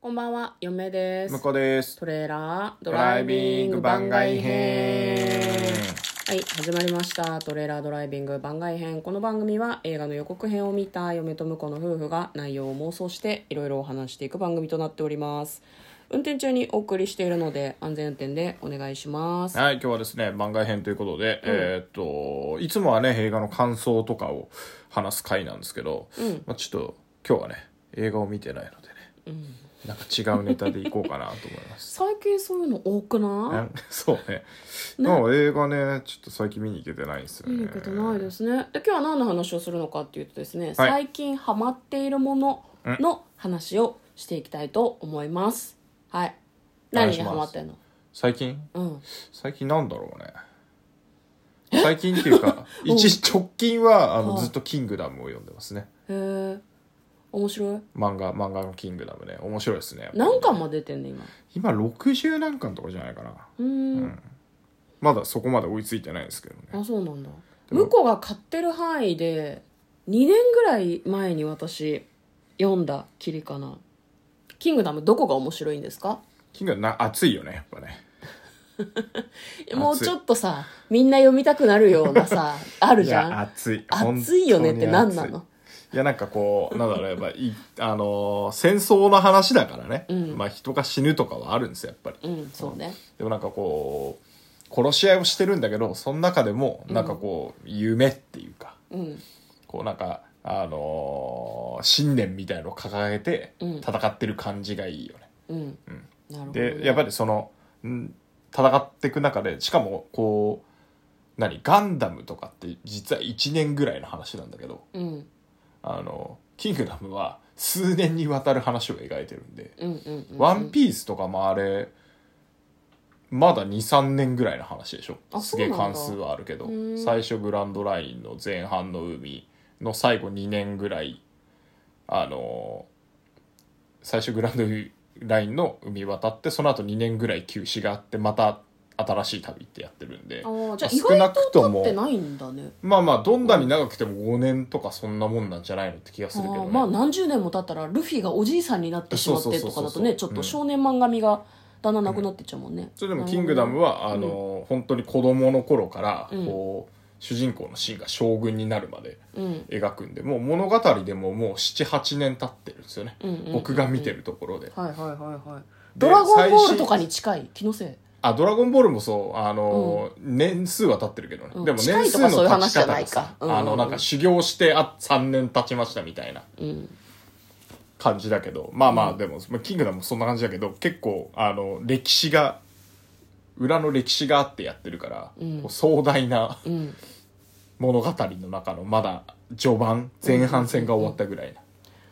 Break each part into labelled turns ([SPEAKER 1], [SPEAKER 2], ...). [SPEAKER 1] こんばんは、嫁です。
[SPEAKER 2] 向こうです
[SPEAKER 1] トレーラードライビング番外編。はい、始まりました。トレーラードライビング番外編。この番組は映画の予告編を見た嫁と婿の夫婦が内容を妄想していろいろお話していく番組となっております。運転中にお送りしているので安全運転でお願いします。
[SPEAKER 2] はい今日はですね番外編ということで、えーっといつもはね映画の感想とかを話す回なんですけど、まあ、ちょっと今日はね映画を見てないのでね、なんか違うネタでいこうかなと思いま す
[SPEAKER 1] 最近そういうの多く
[SPEAKER 2] な
[SPEAKER 1] なん
[SPEAKER 2] そうねなんか映画ねちょっと最近見に行けてないんですよ
[SPEAKER 1] い
[SPEAKER 2] ね
[SPEAKER 1] いいことないですね。で、今日は何の話をするのかっていうとですね、最近ハマっているものの話をしていきたいと思います。はい。何にハマってんの
[SPEAKER 2] 最近
[SPEAKER 1] うん。
[SPEAKER 2] 最近なんだろうね最近っていう か一直近はあの
[SPEAKER 1] はい
[SPEAKER 2] ずっと「キングダム」を読んでますね
[SPEAKER 1] へえ面白い
[SPEAKER 2] 漫画漫画の「キングダムね」面白いですねやっぱりね
[SPEAKER 1] 何巻も出てんね今
[SPEAKER 2] 今60何巻とかじゃないかな
[SPEAKER 1] うーん
[SPEAKER 2] まだそこまで追いついてないですけどね
[SPEAKER 1] あそうなんだ
[SPEAKER 2] でも
[SPEAKER 1] 向こうが買ってる範囲で2年ぐらい前に私読んだきりかな「キングダム」どこが面白いんですか
[SPEAKER 2] キングな熱いよねやっぱね
[SPEAKER 1] もうちょっとさみんな読みたくなるようなさある
[SPEAKER 2] い
[SPEAKER 1] じ
[SPEAKER 2] や
[SPEAKER 1] ゃん
[SPEAKER 2] 熱い
[SPEAKER 1] 熱いよねって
[SPEAKER 2] 本当
[SPEAKER 1] 何
[SPEAKER 2] に
[SPEAKER 1] な
[SPEAKER 2] 熱い
[SPEAKER 1] の
[SPEAKER 2] いやなんかこうなんだろうやっぱいあのー戦争の話だからね、
[SPEAKER 1] ん
[SPEAKER 2] まあ人が死ぬとかはあるんですよやっぱり、
[SPEAKER 1] うんそうね
[SPEAKER 2] でもなんかこう殺し合いをしてるんだけどその中でもなんかこう、夢っていうか
[SPEAKER 1] うん
[SPEAKER 2] こうなんかあのー信念みたいのを掲げて
[SPEAKER 1] うん
[SPEAKER 2] 戦ってる感じがいいよね、
[SPEAKER 1] うん、
[SPEAKER 2] ん
[SPEAKER 1] なるほど、ね、
[SPEAKER 2] でやっぱりそのん戦っていく中でしかもこう何ガンダムとかって実は1年ぐらいの話なんだけど
[SPEAKER 1] うん
[SPEAKER 2] あのキングダムは数年にわたる話を描いてるんで
[SPEAKER 1] うんうんう
[SPEAKER 2] 「
[SPEAKER 1] ん
[SPEAKER 2] ワンピースとかもあれまだ23年ぐらいの話でしょ
[SPEAKER 1] あ
[SPEAKER 2] すげえ
[SPEAKER 1] そうなん
[SPEAKER 2] 関
[SPEAKER 1] だ
[SPEAKER 2] 数はあるけど
[SPEAKER 1] うん
[SPEAKER 2] 最初グランドラインの前半の海の最後2年ぐらいあの最初グランドラインの海渡ってその後2年ぐらい休止があってまた新しい旅ってやってるんで
[SPEAKER 1] あーじゃあ
[SPEAKER 2] まあ
[SPEAKER 1] 意
[SPEAKER 2] 少な
[SPEAKER 1] 外
[SPEAKER 2] く
[SPEAKER 1] と
[SPEAKER 2] と
[SPEAKER 1] 経
[SPEAKER 2] も
[SPEAKER 1] ってないんだね
[SPEAKER 2] まあまあどんなに長くても5年とかそんなもんなんじゃないのって気がするけど、
[SPEAKER 1] あ
[SPEAKER 2] ね
[SPEAKER 1] ー、まあ何十年も経ったらルフィがおじいさんになってしまって
[SPEAKER 2] そ
[SPEAKER 1] と
[SPEAKER 2] うそ
[SPEAKER 1] か
[SPEAKER 2] うそ
[SPEAKER 1] だ
[SPEAKER 2] うそ
[SPEAKER 1] と
[SPEAKER 2] う
[SPEAKER 1] ねちょっと少年漫画味がだんだんなくなってっちゃうもんね、
[SPEAKER 2] それでも「キングダム
[SPEAKER 1] は
[SPEAKER 2] は」あの本当に子供の頃から
[SPEAKER 1] うん
[SPEAKER 2] こう、主人公のシーンが将軍になるまで
[SPEAKER 1] うん
[SPEAKER 2] 描くんでもう物語でももう78年経ってるんですよね、
[SPEAKER 1] うんうんうん
[SPEAKER 2] 僕が見てるところで
[SPEAKER 1] はいはいはいはい
[SPEAKER 2] で
[SPEAKER 1] ドラゴンボール
[SPEAKER 2] 最新
[SPEAKER 1] とかに近い気のせい
[SPEAKER 2] あドラゴンボールもそうあの、年数は経ってるけどね、
[SPEAKER 1] うん
[SPEAKER 2] でも
[SPEAKER 1] 近
[SPEAKER 2] 年
[SPEAKER 1] いと
[SPEAKER 2] 数
[SPEAKER 1] か
[SPEAKER 2] の
[SPEAKER 1] そういう
[SPEAKER 2] 経
[SPEAKER 1] 話
[SPEAKER 2] ち
[SPEAKER 1] じゃ
[SPEAKER 2] 方
[SPEAKER 1] ない
[SPEAKER 2] が
[SPEAKER 1] か
[SPEAKER 2] さ
[SPEAKER 1] うんうんうん
[SPEAKER 2] あのなんか修行してあ3年経ちましたみたいな
[SPEAKER 1] うん
[SPEAKER 2] 感じだけどまあまあでも、まあキングダムもそんな感じだけど結構あの歴史が裏の歴史があってやってるから、
[SPEAKER 1] うん
[SPEAKER 2] こう壮大な
[SPEAKER 1] うん
[SPEAKER 2] 物語の中のまだ序盤前半戦が終わったぐらいな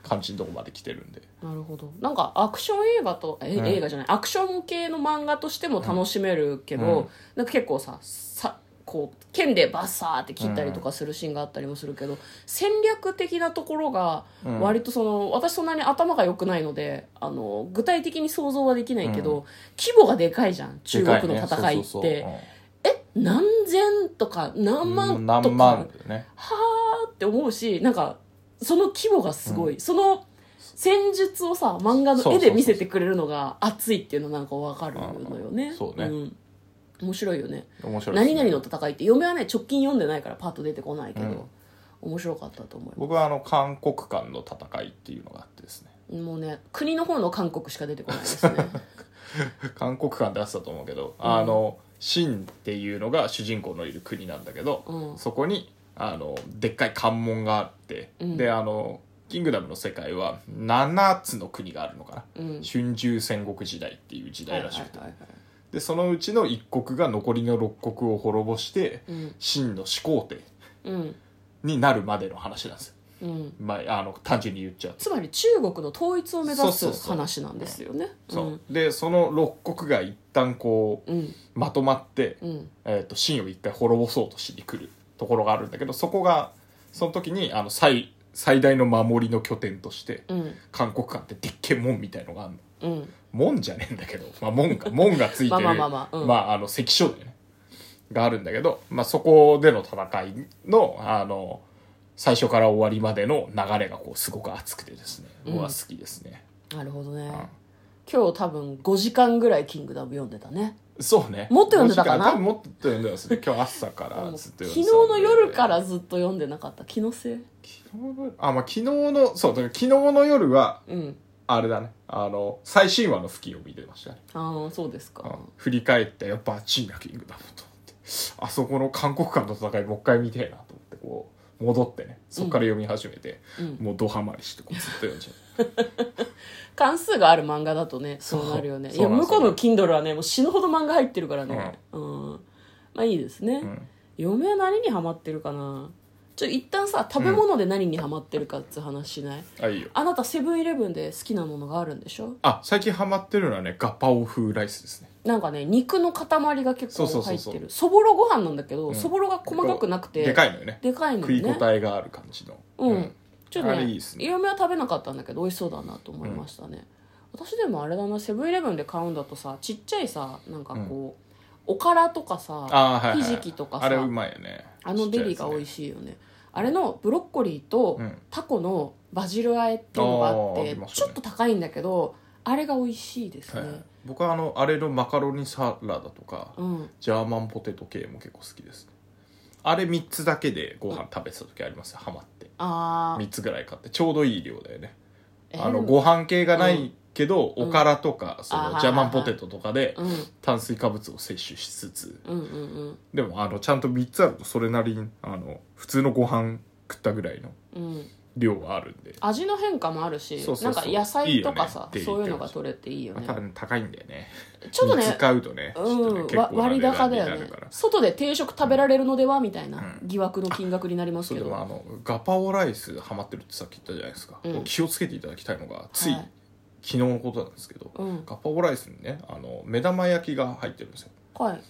[SPEAKER 2] 感じのとこまで来てるんで
[SPEAKER 1] なるほどなんかアクション映画とえ、
[SPEAKER 2] うん
[SPEAKER 1] 映画じゃないアクション系の漫画としても楽しめるけど、
[SPEAKER 2] うん
[SPEAKER 1] なんか結構ささこう剣でバッサーって切ったりとかするシーンがあったりもするけど、戦略的なところが
[SPEAKER 2] うん
[SPEAKER 1] 割とその、私そんなに頭が良くないのであの具体的に想像はできないけど、規模がでかいじゃん中国の戦いって、え何千とか何万とか、
[SPEAKER 2] 何万だよね
[SPEAKER 1] はーって思うしなんかその規模がすごい、その戦術をさ漫画の
[SPEAKER 2] そうそ
[SPEAKER 1] 絵
[SPEAKER 2] うそう
[SPEAKER 1] で見せてくれるのが熱いっていうのなんかわかるのよね
[SPEAKER 2] うんそうね
[SPEAKER 1] ん面白いよね
[SPEAKER 2] 面白いですね
[SPEAKER 1] 何々の戦いって嫁はね直近読んでないからパッと出てこないけど、
[SPEAKER 2] うん
[SPEAKER 1] 面白かったと思いま
[SPEAKER 2] 僕はあの韓国間の戦いっていうのがあってですね
[SPEAKER 1] すもうね国の方の韓国しか出てこないですね
[SPEAKER 2] 韓国間ってやってたと思うけど、あのシンっていうのが主人公のいる国なんだけど、
[SPEAKER 1] うん
[SPEAKER 2] そこにあのでっかい関門があって、
[SPEAKER 1] うん
[SPEAKER 2] であのキングダムの世界は7つの国があるのかな、
[SPEAKER 1] うん
[SPEAKER 2] 春秋戦国時代っていう時代らしくて、
[SPEAKER 1] はいはい
[SPEAKER 2] でそのうちの一国が残りの六国を滅ぼして、
[SPEAKER 1] うん
[SPEAKER 2] 秦の始皇帝
[SPEAKER 1] はいはい
[SPEAKER 2] になるまでの話なんですよ、
[SPEAKER 1] うんうん
[SPEAKER 2] まあ、あの単純に言っちゃうと
[SPEAKER 1] つまり中国の統一を目
[SPEAKER 2] そ
[SPEAKER 1] 指
[SPEAKER 2] うそう
[SPEAKER 1] す
[SPEAKER 2] そう
[SPEAKER 1] 話なんですよね
[SPEAKER 2] そうでその六国が一旦こう、
[SPEAKER 1] うん
[SPEAKER 2] まとまって、
[SPEAKER 1] うんうん
[SPEAKER 2] えー、と秦を一回滅ぼそうとしに来るところがあるんだけどそこがその時にあの最最大の守りの拠点として、
[SPEAKER 1] うん
[SPEAKER 2] 韓国館ってでっけえ門みたいのがあるの
[SPEAKER 1] うん
[SPEAKER 2] 門じゃねえんだけど、まあ、門が門がついて
[SPEAKER 1] ま
[SPEAKER 2] る
[SPEAKER 1] あまあまあまあうん
[SPEAKER 2] まああの関所だよねがあるんだけど、まあ、そこでの戦いのあの最初から終わりまでの流れがこうすごく熱くてですね
[SPEAKER 1] うん
[SPEAKER 2] 僕は好きですね、
[SPEAKER 1] なるほどね、今日多分5時間ぐらい「キングダム」読んでたね
[SPEAKER 2] そうね
[SPEAKER 1] もっと読んでたかな
[SPEAKER 2] もし多分もっと読んでますね今日朝からずっと
[SPEAKER 1] 昨
[SPEAKER 2] 読ん
[SPEAKER 1] 日
[SPEAKER 2] でたんで
[SPEAKER 1] の夜からずっと読んでなかった気のせい
[SPEAKER 2] 昨日のあまあ昨日のそうだから昨日の夜は
[SPEAKER 1] うん
[SPEAKER 2] あれだねあの最新話の吹きを見てましたね
[SPEAKER 1] ああそうですか
[SPEAKER 2] 振り返ってやっぱあっちいなキングダムと思ってあそこの韓国間の戦いもう一回見てえなと思ってこう戻ってねそこから読み始めて、
[SPEAKER 1] うん
[SPEAKER 2] もうドハマりしてこうずっと読んじゃう
[SPEAKER 1] 関数がある漫画だとねそうなるよねい
[SPEAKER 2] そう
[SPEAKER 1] や
[SPEAKER 2] そうな
[SPEAKER 1] 向
[SPEAKER 2] んです
[SPEAKER 1] こ
[SPEAKER 2] よ
[SPEAKER 1] うの Kindle はねもう死ぬほど漫画入ってるからねうん、まあいいですね、
[SPEAKER 2] ん
[SPEAKER 1] 嫁は何にハマってるかなちょ一旦さ食べ物で何にハマってるかっつう話しない、
[SPEAKER 2] あいいよ
[SPEAKER 1] あなたセブンイレブンで好きなものがあるんでしょ
[SPEAKER 2] あ最近ハマってるのはねガパオ風ライスですね
[SPEAKER 1] なんかね肉の塊が結構
[SPEAKER 2] そうそうそ
[SPEAKER 1] 入
[SPEAKER 2] う
[SPEAKER 1] っ
[SPEAKER 2] そう
[SPEAKER 1] てるそぼろご飯なんだけど、
[SPEAKER 2] ん
[SPEAKER 1] そぼろが細かくなくて
[SPEAKER 2] でかいのよね
[SPEAKER 1] でかいの
[SPEAKER 2] 食い
[SPEAKER 1] ね
[SPEAKER 2] 応えがある感じの
[SPEAKER 1] うん、
[SPEAKER 2] うん
[SPEAKER 1] ちょっと
[SPEAKER 2] あ
[SPEAKER 1] ね
[SPEAKER 2] れいいっすね
[SPEAKER 1] 嫁は食べなかったんだけど美味しそうだなと思いましたね、私でもあれだなセブンイレブンで買うんだとさちっちゃいさなんかこう、おからとかさ
[SPEAKER 2] あーはいはい
[SPEAKER 1] ひじきとかさ
[SPEAKER 2] あれうまいよね
[SPEAKER 1] あのベリーが美味
[SPEAKER 2] い
[SPEAKER 1] しいよねあれのブロッコリーと
[SPEAKER 2] うん
[SPEAKER 1] タコのバジル和えっていうのがあっ
[SPEAKER 2] あー
[SPEAKER 1] て、
[SPEAKER 2] あります
[SPEAKER 1] ち
[SPEAKER 2] ね
[SPEAKER 1] ょっと高いんだけどあれが美味しいですね、
[SPEAKER 2] はい、僕はあのあれのマカロニサラダとか、
[SPEAKER 1] うん
[SPEAKER 2] ジャーマンポテト系も結構好きですねあれ3つだけでご飯食べてた時ありますよハマって
[SPEAKER 1] ああ
[SPEAKER 2] 3つぐらい買ってちょうどいい量だよね
[SPEAKER 1] えー
[SPEAKER 2] あのご飯系がないけど、
[SPEAKER 1] うん
[SPEAKER 2] おからとかそ
[SPEAKER 1] あー
[SPEAKER 2] のジャーマンポテトとかで
[SPEAKER 1] うんうん
[SPEAKER 2] 炭水化物を摂取しつつ
[SPEAKER 1] うんうん
[SPEAKER 2] でもあのちゃんと3つあるとそれなりにあの普通のご飯食ったぐらいの
[SPEAKER 1] うん
[SPEAKER 2] 量はあるんで、
[SPEAKER 1] 味の変化もあるし
[SPEAKER 2] そうそうそ
[SPEAKER 1] な
[SPEAKER 2] う
[SPEAKER 1] んか野菜とかさ
[SPEAKER 2] いいよね
[SPEAKER 1] そういうのが取れていいよ
[SPEAKER 2] まあ、
[SPEAKER 1] ね
[SPEAKER 2] 多分高いんだよね
[SPEAKER 1] ちょっとね
[SPEAKER 2] 3つ買うとね,、ちょっとね
[SPEAKER 1] うん、
[SPEAKER 2] 結
[SPEAKER 1] わ
[SPEAKER 2] 構な
[SPEAKER 1] 割高だよ
[SPEAKER 2] 値段
[SPEAKER 1] ね
[SPEAKER 2] になるから
[SPEAKER 1] 外で定食食べられるのではみたいな
[SPEAKER 2] う
[SPEAKER 1] 疑惑の金額になります
[SPEAKER 2] そ
[SPEAKER 1] け
[SPEAKER 2] れで
[SPEAKER 1] ど、
[SPEAKER 2] もあのガパオライスハマってるってさっき言ったじゃないですか、
[SPEAKER 1] うん
[SPEAKER 2] 気をつけていただきたいのがつい、
[SPEAKER 1] はい
[SPEAKER 2] 昨日のことなんですけど、
[SPEAKER 1] うん
[SPEAKER 2] ガパオライスにねあの目玉焼きが入ってるんですよ
[SPEAKER 1] はい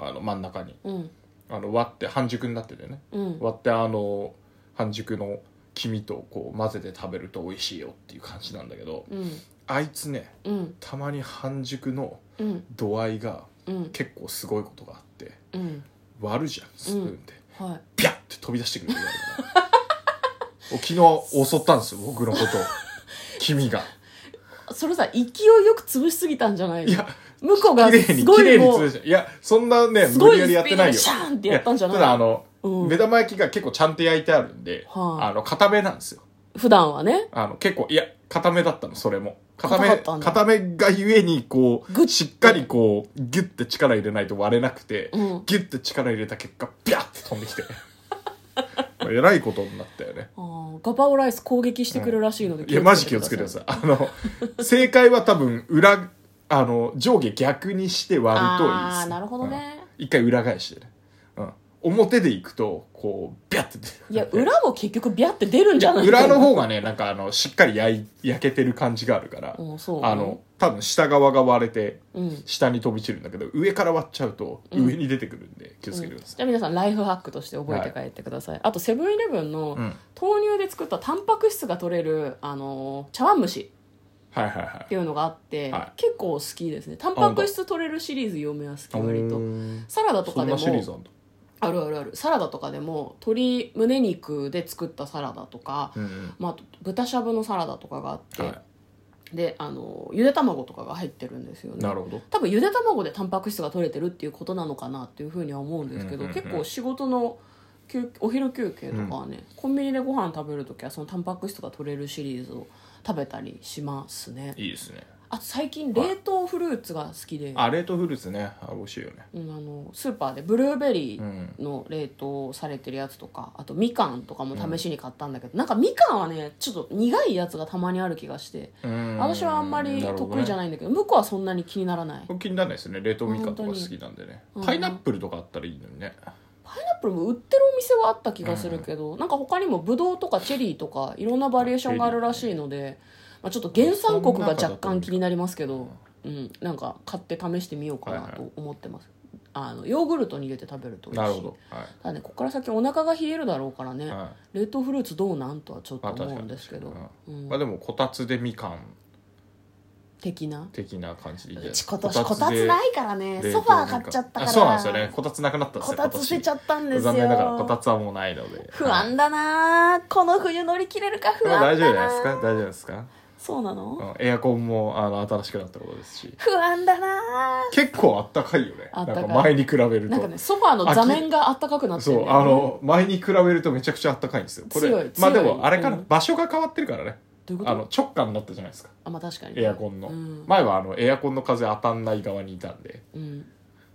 [SPEAKER 2] あの真ん中に
[SPEAKER 1] うん
[SPEAKER 2] あの割って半熟になっててね
[SPEAKER 1] うん
[SPEAKER 2] 割ってあの半熟の黄身とこう混ぜて食べると美味しいよっていう感じなんだけど
[SPEAKER 1] うん
[SPEAKER 2] あいつね
[SPEAKER 1] うん
[SPEAKER 2] たまに半熟の
[SPEAKER 1] うん
[SPEAKER 2] 度合いが
[SPEAKER 1] うん
[SPEAKER 2] 結構すごいことがあって
[SPEAKER 1] うん
[SPEAKER 2] 割るじゃんスプーンで、
[SPEAKER 1] はい
[SPEAKER 2] ピャッて飛び出してくる時があるから 昨日襲ったんですよ僕のこ とを君が
[SPEAKER 1] それさ勢いよく潰しすぎたんじゃない
[SPEAKER 2] い
[SPEAKER 1] の
[SPEAKER 2] や
[SPEAKER 1] 向こうが
[SPEAKER 2] 綺麗に
[SPEAKER 1] すご
[SPEAKER 2] 綺
[SPEAKER 1] い
[SPEAKER 2] 麗に
[SPEAKER 1] も
[SPEAKER 2] 潰
[SPEAKER 1] う
[SPEAKER 2] れちゃういやそんなね
[SPEAKER 1] す
[SPEAKER 2] 無
[SPEAKER 1] ごい
[SPEAKER 2] 理やりや
[SPEAKER 1] ス
[SPEAKER 2] っ
[SPEAKER 1] ピ
[SPEAKER 2] て
[SPEAKER 1] ード
[SPEAKER 2] ない
[SPEAKER 1] で
[SPEAKER 2] よ
[SPEAKER 1] シャーンってやったんじゃない
[SPEAKER 2] やただあの、
[SPEAKER 1] うん
[SPEAKER 2] 目玉焼きが結構ちゃんと焼いてあるんで、
[SPEAKER 1] はい
[SPEAKER 2] あの固めなんですよ
[SPEAKER 1] 普段はね
[SPEAKER 2] あの結構いや固めだったのそれも固め
[SPEAKER 1] 硬かったんだ
[SPEAKER 2] 固めがゆえにこ
[SPEAKER 1] グッ
[SPEAKER 2] う
[SPEAKER 1] て
[SPEAKER 2] しっかりこうギュッて力入れないと割れなくて、
[SPEAKER 1] うん
[SPEAKER 2] ギュッて力入れた結果ピャッて飛んできて えらいことになったよね
[SPEAKER 1] あーガパオライス攻撃してくるらしいので、
[SPEAKER 2] いやマジ気をつけてくださいあの正解は多分裏あの上下逆にして割るといいです
[SPEAKER 1] あーなるほどね
[SPEAKER 2] うん一回裏返してね、うん、表で行くとこうビャッて出る
[SPEAKER 1] いや裏も結局ビャって出るんじゃないかな
[SPEAKER 2] 裏の方がねなんかあのしっかり焼い焼けてる感じがあるから、
[SPEAKER 1] うんそうね
[SPEAKER 2] あの多分下側が割れて
[SPEAKER 1] うん
[SPEAKER 2] 下に飛び散るんだけど上から割っちゃうと上に出てくるんで、気をつけてくださ
[SPEAKER 1] じゃあ皆さんライフハックとして覚えて帰ってください、あとセブンイレブンの
[SPEAKER 2] い、うん
[SPEAKER 1] 豆乳で作ったタンパク質が取れる、あのー茶碗蒸し
[SPEAKER 2] はいはいはい
[SPEAKER 1] っていうのがあって、
[SPEAKER 2] は
[SPEAKER 1] 結構好きですねタンパク質取れるシリーズ嫁は好き割と
[SPEAKER 2] うん
[SPEAKER 1] サラダと
[SPEAKER 2] そ
[SPEAKER 1] か
[SPEAKER 2] ん
[SPEAKER 1] で
[SPEAKER 2] なシリー
[SPEAKER 1] も
[SPEAKER 2] ズあんだ、
[SPEAKER 1] あるあるあるサラダとかでも鶏胸肉で作ったサラダとか、
[SPEAKER 2] うんうん
[SPEAKER 1] まあ、あと豚しゃぶのサラダとかがあって、
[SPEAKER 2] は
[SPEAKER 1] で、あのーゆで卵とかが入ってるんですよ
[SPEAKER 2] い、
[SPEAKER 1] ね
[SPEAKER 2] なるほど
[SPEAKER 1] 多分ゆで卵でタンパク質が取れてるっていうことなのかなっていうふうには思うんですけど、
[SPEAKER 2] うんうんうん
[SPEAKER 1] 結構仕事の休お昼休憩とかはね、コンビニでご飯食べる時はそのタンパク質が取れるシリーズを食べたりしますね
[SPEAKER 2] いいですね
[SPEAKER 1] あと最近冷凍フルーツが好きで、
[SPEAKER 2] あレートフルーツねあ美味しいよね
[SPEAKER 1] うん、あのスーパーでブルーベリ
[SPEAKER 2] うん
[SPEAKER 1] ーの冷凍されてるやつとかあとみかんとかも試しに買ったんだけど、なんかみかんはねちょっと苦いやつがたまにある気がして私
[SPEAKER 2] 私
[SPEAKER 1] はあんまり得意じゃ
[SPEAKER 2] ない
[SPEAKER 1] ないんだけど向こうはそんなに気にならない
[SPEAKER 2] ほどね気にならないですね冷凍みかんとか好きなんでね
[SPEAKER 1] 本当に
[SPEAKER 2] パイナップルとかあったらいいのにね
[SPEAKER 1] パイナップルも売ってるお店はあった気がするけど、なんか他にもブドウとかチェリーとかいろんなバリエーションがあるらしいので、まあ、ちょっと原産国が若干気になりますけど、うん、なんか買って試してみようかなと思ってます、あのヨーグルトに入れて食べると美
[SPEAKER 2] な
[SPEAKER 1] 味
[SPEAKER 2] る
[SPEAKER 1] しい
[SPEAKER 2] ほどはい
[SPEAKER 1] ただねここから先お腹が冷えるだろうからね、
[SPEAKER 2] は
[SPEAKER 1] 冷凍フルーツどうなんとはちょっと
[SPEAKER 2] まあ確
[SPEAKER 1] 思
[SPEAKER 2] かに
[SPEAKER 1] うんですけど、うん
[SPEAKER 2] いまあでもこたつでみかん
[SPEAKER 1] 的な
[SPEAKER 2] 的な感じでいいんじゃ
[SPEAKER 1] う
[SPEAKER 2] ない
[SPEAKER 1] ち今年こ
[SPEAKER 2] こ
[SPEAKER 1] た
[SPEAKER 2] たつ
[SPEAKER 1] つ
[SPEAKER 2] で
[SPEAKER 1] ないからねソファー買っちゃったから
[SPEAKER 2] あそうなんですよねこたつなくなったんです
[SPEAKER 1] こ
[SPEAKER 2] よ
[SPEAKER 1] たつ捨てちゃったん
[SPEAKER 2] 今
[SPEAKER 1] で
[SPEAKER 2] 年
[SPEAKER 1] すよ
[SPEAKER 2] 残念ながらこたつはもうないので
[SPEAKER 1] 不安だなあこの冬乗り切れるか不
[SPEAKER 2] はいまあ
[SPEAKER 1] 安
[SPEAKER 2] 大丈
[SPEAKER 1] だ
[SPEAKER 2] 夫じゃ
[SPEAKER 1] な
[SPEAKER 2] ない
[SPEAKER 1] あ
[SPEAKER 2] ですか大丈夫ですか
[SPEAKER 1] そうなの、
[SPEAKER 2] うんエアコンもあの新しくなったことですし
[SPEAKER 1] 不安だな
[SPEAKER 2] 結構あったかいよね
[SPEAKER 1] あった
[SPEAKER 2] な
[SPEAKER 1] かい
[SPEAKER 2] んか前に比べる
[SPEAKER 1] なんか
[SPEAKER 2] と、
[SPEAKER 1] ねソファーの座面があったかくなって
[SPEAKER 2] そ
[SPEAKER 1] る、ね、
[SPEAKER 2] うあの前に比べるとめちゃくちゃあったかいんですよこれ
[SPEAKER 1] 強い
[SPEAKER 2] まあで
[SPEAKER 1] 強い
[SPEAKER 2] もあれから
[SPEAKER 1] うん
[SPEAKER 2] 場所が変わってるからね、
[SPEAKER 1] どういうこ
[SPEAKER 2] あ
[SPEAKER 1] と
[SPEAKER 2] の直下になったじゃないですか
[SPEAKER 1] あまあ確かに
[SPEAKER 2] エアコンの、
[SPEAKER 1] うん
[SPEAKER 2] 前はあのエアコンの風当たんない側にいたんで
[SPEAKER 1] うん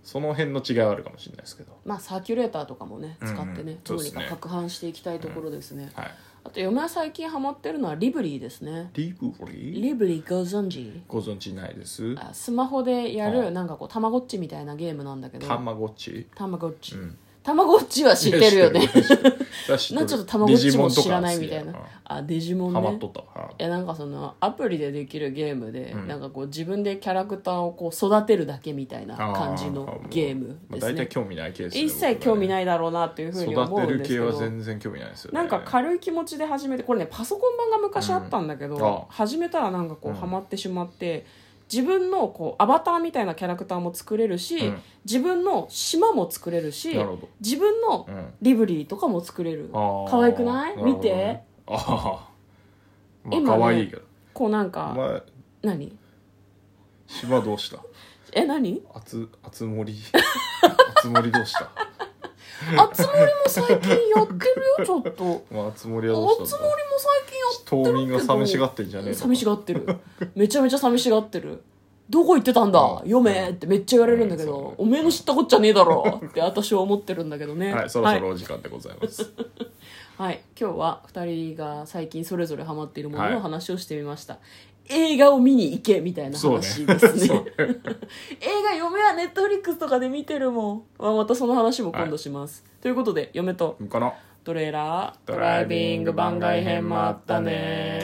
[SPEAKER 2] その辺の違いはあるかもしれないですけど
[SPEAKER 1] まあサーキュレーターとかもね使ってね、
[SPEAKER 2] うん
[SPEAKER 1] どう
[SPEAKER 2] うん
[SPEAKER 1] にか
[SPEAKER 2] そうですね
[SPEAKER 1] 攪拌していきたいところですね、
[SPEAKER 2] はい
[SPEAKER 1] あと嫁は最近ハマってるのはリブリーですね
[SPEAKER 2] リブリー
[SPEAKER 1] リブリーご存知
[SPEAKER 2] ご存知ないです
[SPEAKER 1] あスマホでや
[SPEAKER 2] は
[SPEAKER 1] る
[SPEAKER 2] い
[SPEAKER 1] なんかこうたまごっちみたいなゲームなんだけど
[SPEAKER 2] たまごっち
[SPEAKER 1] たまごっち
[SPEAKER 2] うん
[SPEAKER 1] たまごっちは知ってるよね
[SPEAKER 2] いや知って る知ってる
[SPEAKER 1] なんかちょっとたまごっ
[SPEAKER 2] デ
[SPEAKER 1] ち
[SPEAKER 2] ジモ
[SPEAKER 1] も
[SPEAKER 2] ンとか
[SPEAKER 1] 知らないみたいな
[SPEAKER 2] 好きだ
[SPEAKER 1] あデジモ
[SPEAKER 2] うん
[SPEAKER 1] ン
[SPEAKER 2] ハマっ
[SPEAKER 1] ね
[SPEAKER 2] とったわ
[SPEAKER 1] いやなんかそのアプリでできるゲームで、
[SPEAKER 2] うん
[SPEAKER 1] なんかこう自分でキャラクターをこう育てるだけみたいな
[SPEAKER 2] あー
[SPEAKER 1] 感じのゲームで
[SPEAKER 2] まあ大
[SPEAKER 1] す
[SPEAKER 2] 体
[SPEAKER 1] ね
[SPEAKER 2] 興味ない系ですね
[SPEAKER 1] 一切興味
[SPEAKER 2] い
[SPEAKER 1] ないだろうなっていうふうに思う
[SPEAKER 2] 育て
[SPEAKER 1] ん
[SPEAKER 2] る
[SPEAKER 1] ですけ
[SPEAKER 2] 系
[SPEAKER 1] ど
[SPEAKER 2] は全然興味ないですよね
[SPEAKER 1] なんか軽い気持ちで始めてこれねパソコン版が昔あったんだけど、
[SPEAKER 2] うんあ
[SPEAKER 1] 始めたらなんかこう
[SPEAKER 2] うん
[SPEAKER 1] ハマってしまって、自分のこうアバターみたいなキャラクターも作れるし、
[SPEAKER 2] うん
[SPEAKER 1] 自分の島も作れるし
[SPEAKER 2] なるほど
[SPEAKER 1] 自分の
[SPEAKER 2] うん
[SPEAKER 1] リブリーとかも作れる
[SPEAKER 2] あー
[SPEAKER 1] 可愛くない
[SPEAKER 2] るほどね
[SPEAKER 1] 見て
[SPEAKER 2] ああまあ
[SPEAKER 1] 今ね
[SPEAKER 2] 可愛いけど
[SPEAKER 1] こうなん
[SPEAKER 2] お
[SPEAKER 1] か、
[SPEAKER 2] 前
[SPEAKER 1] 何
[SPEAKER 2] 島どうした
[SPEAKER 1] え何
[SPEAKER 2] あつあつ 森あつ森どうした
[SPEAKER 1] あつ森も最近やってるよちょっと
[SPEAKER 2] まああつ森はど
[SPEAKER 1] あ
[SPEAKER 2] うし
[SPEAKER 1] つ
[SPEAKER 2] た
[SPEAKER 1] 森
[SPEAKER 2] ん
[SPEAKER 1] も
[SPEAKER 2] だ
[SPEAKER 1] 最近やっ
[SPEAKER 2] 島民が寂しがってんじゃねえのか
[SPEAKER 1] 寂しがってるめちゃめちゃ寂しがってるどこ行ってたんだ
[SPEAKER 2] うん
[SPEAKER 1] 読めってめっちゃ言われるんだけ
[SPEAKER 2] うんそう
[SPEAKER 1] ど
[SPEAKER 2] ね
[SPEAKER 1] おめえの知ったこっちゃねえだろって私は思ってるんだけどね
[SPEAKER 2] はいそろそろお時間でございます
[SPEAKER 1] はいはい今日は2人が最近それぞれハマっているもの
[SPEAKER 2] は
[SPEAKER 1] の
[SPEAKER 2] い
[SPEAKER 1] 話をしてみました、映画を見に行けみたいな
[SPEAKER 2] そうね
[SPEAKER 1] 話ですね
[SPEAKER 2] そうね
[SPEAKER 1] 映画嫁はネットフリックスとかで見てるもん、まあ、またその話も今度します、ということで嫁と
[SPEAKER 2] この
[SPEAKER 1] トレーラード
[SPEAKER 2] ドライビング番外編もあったね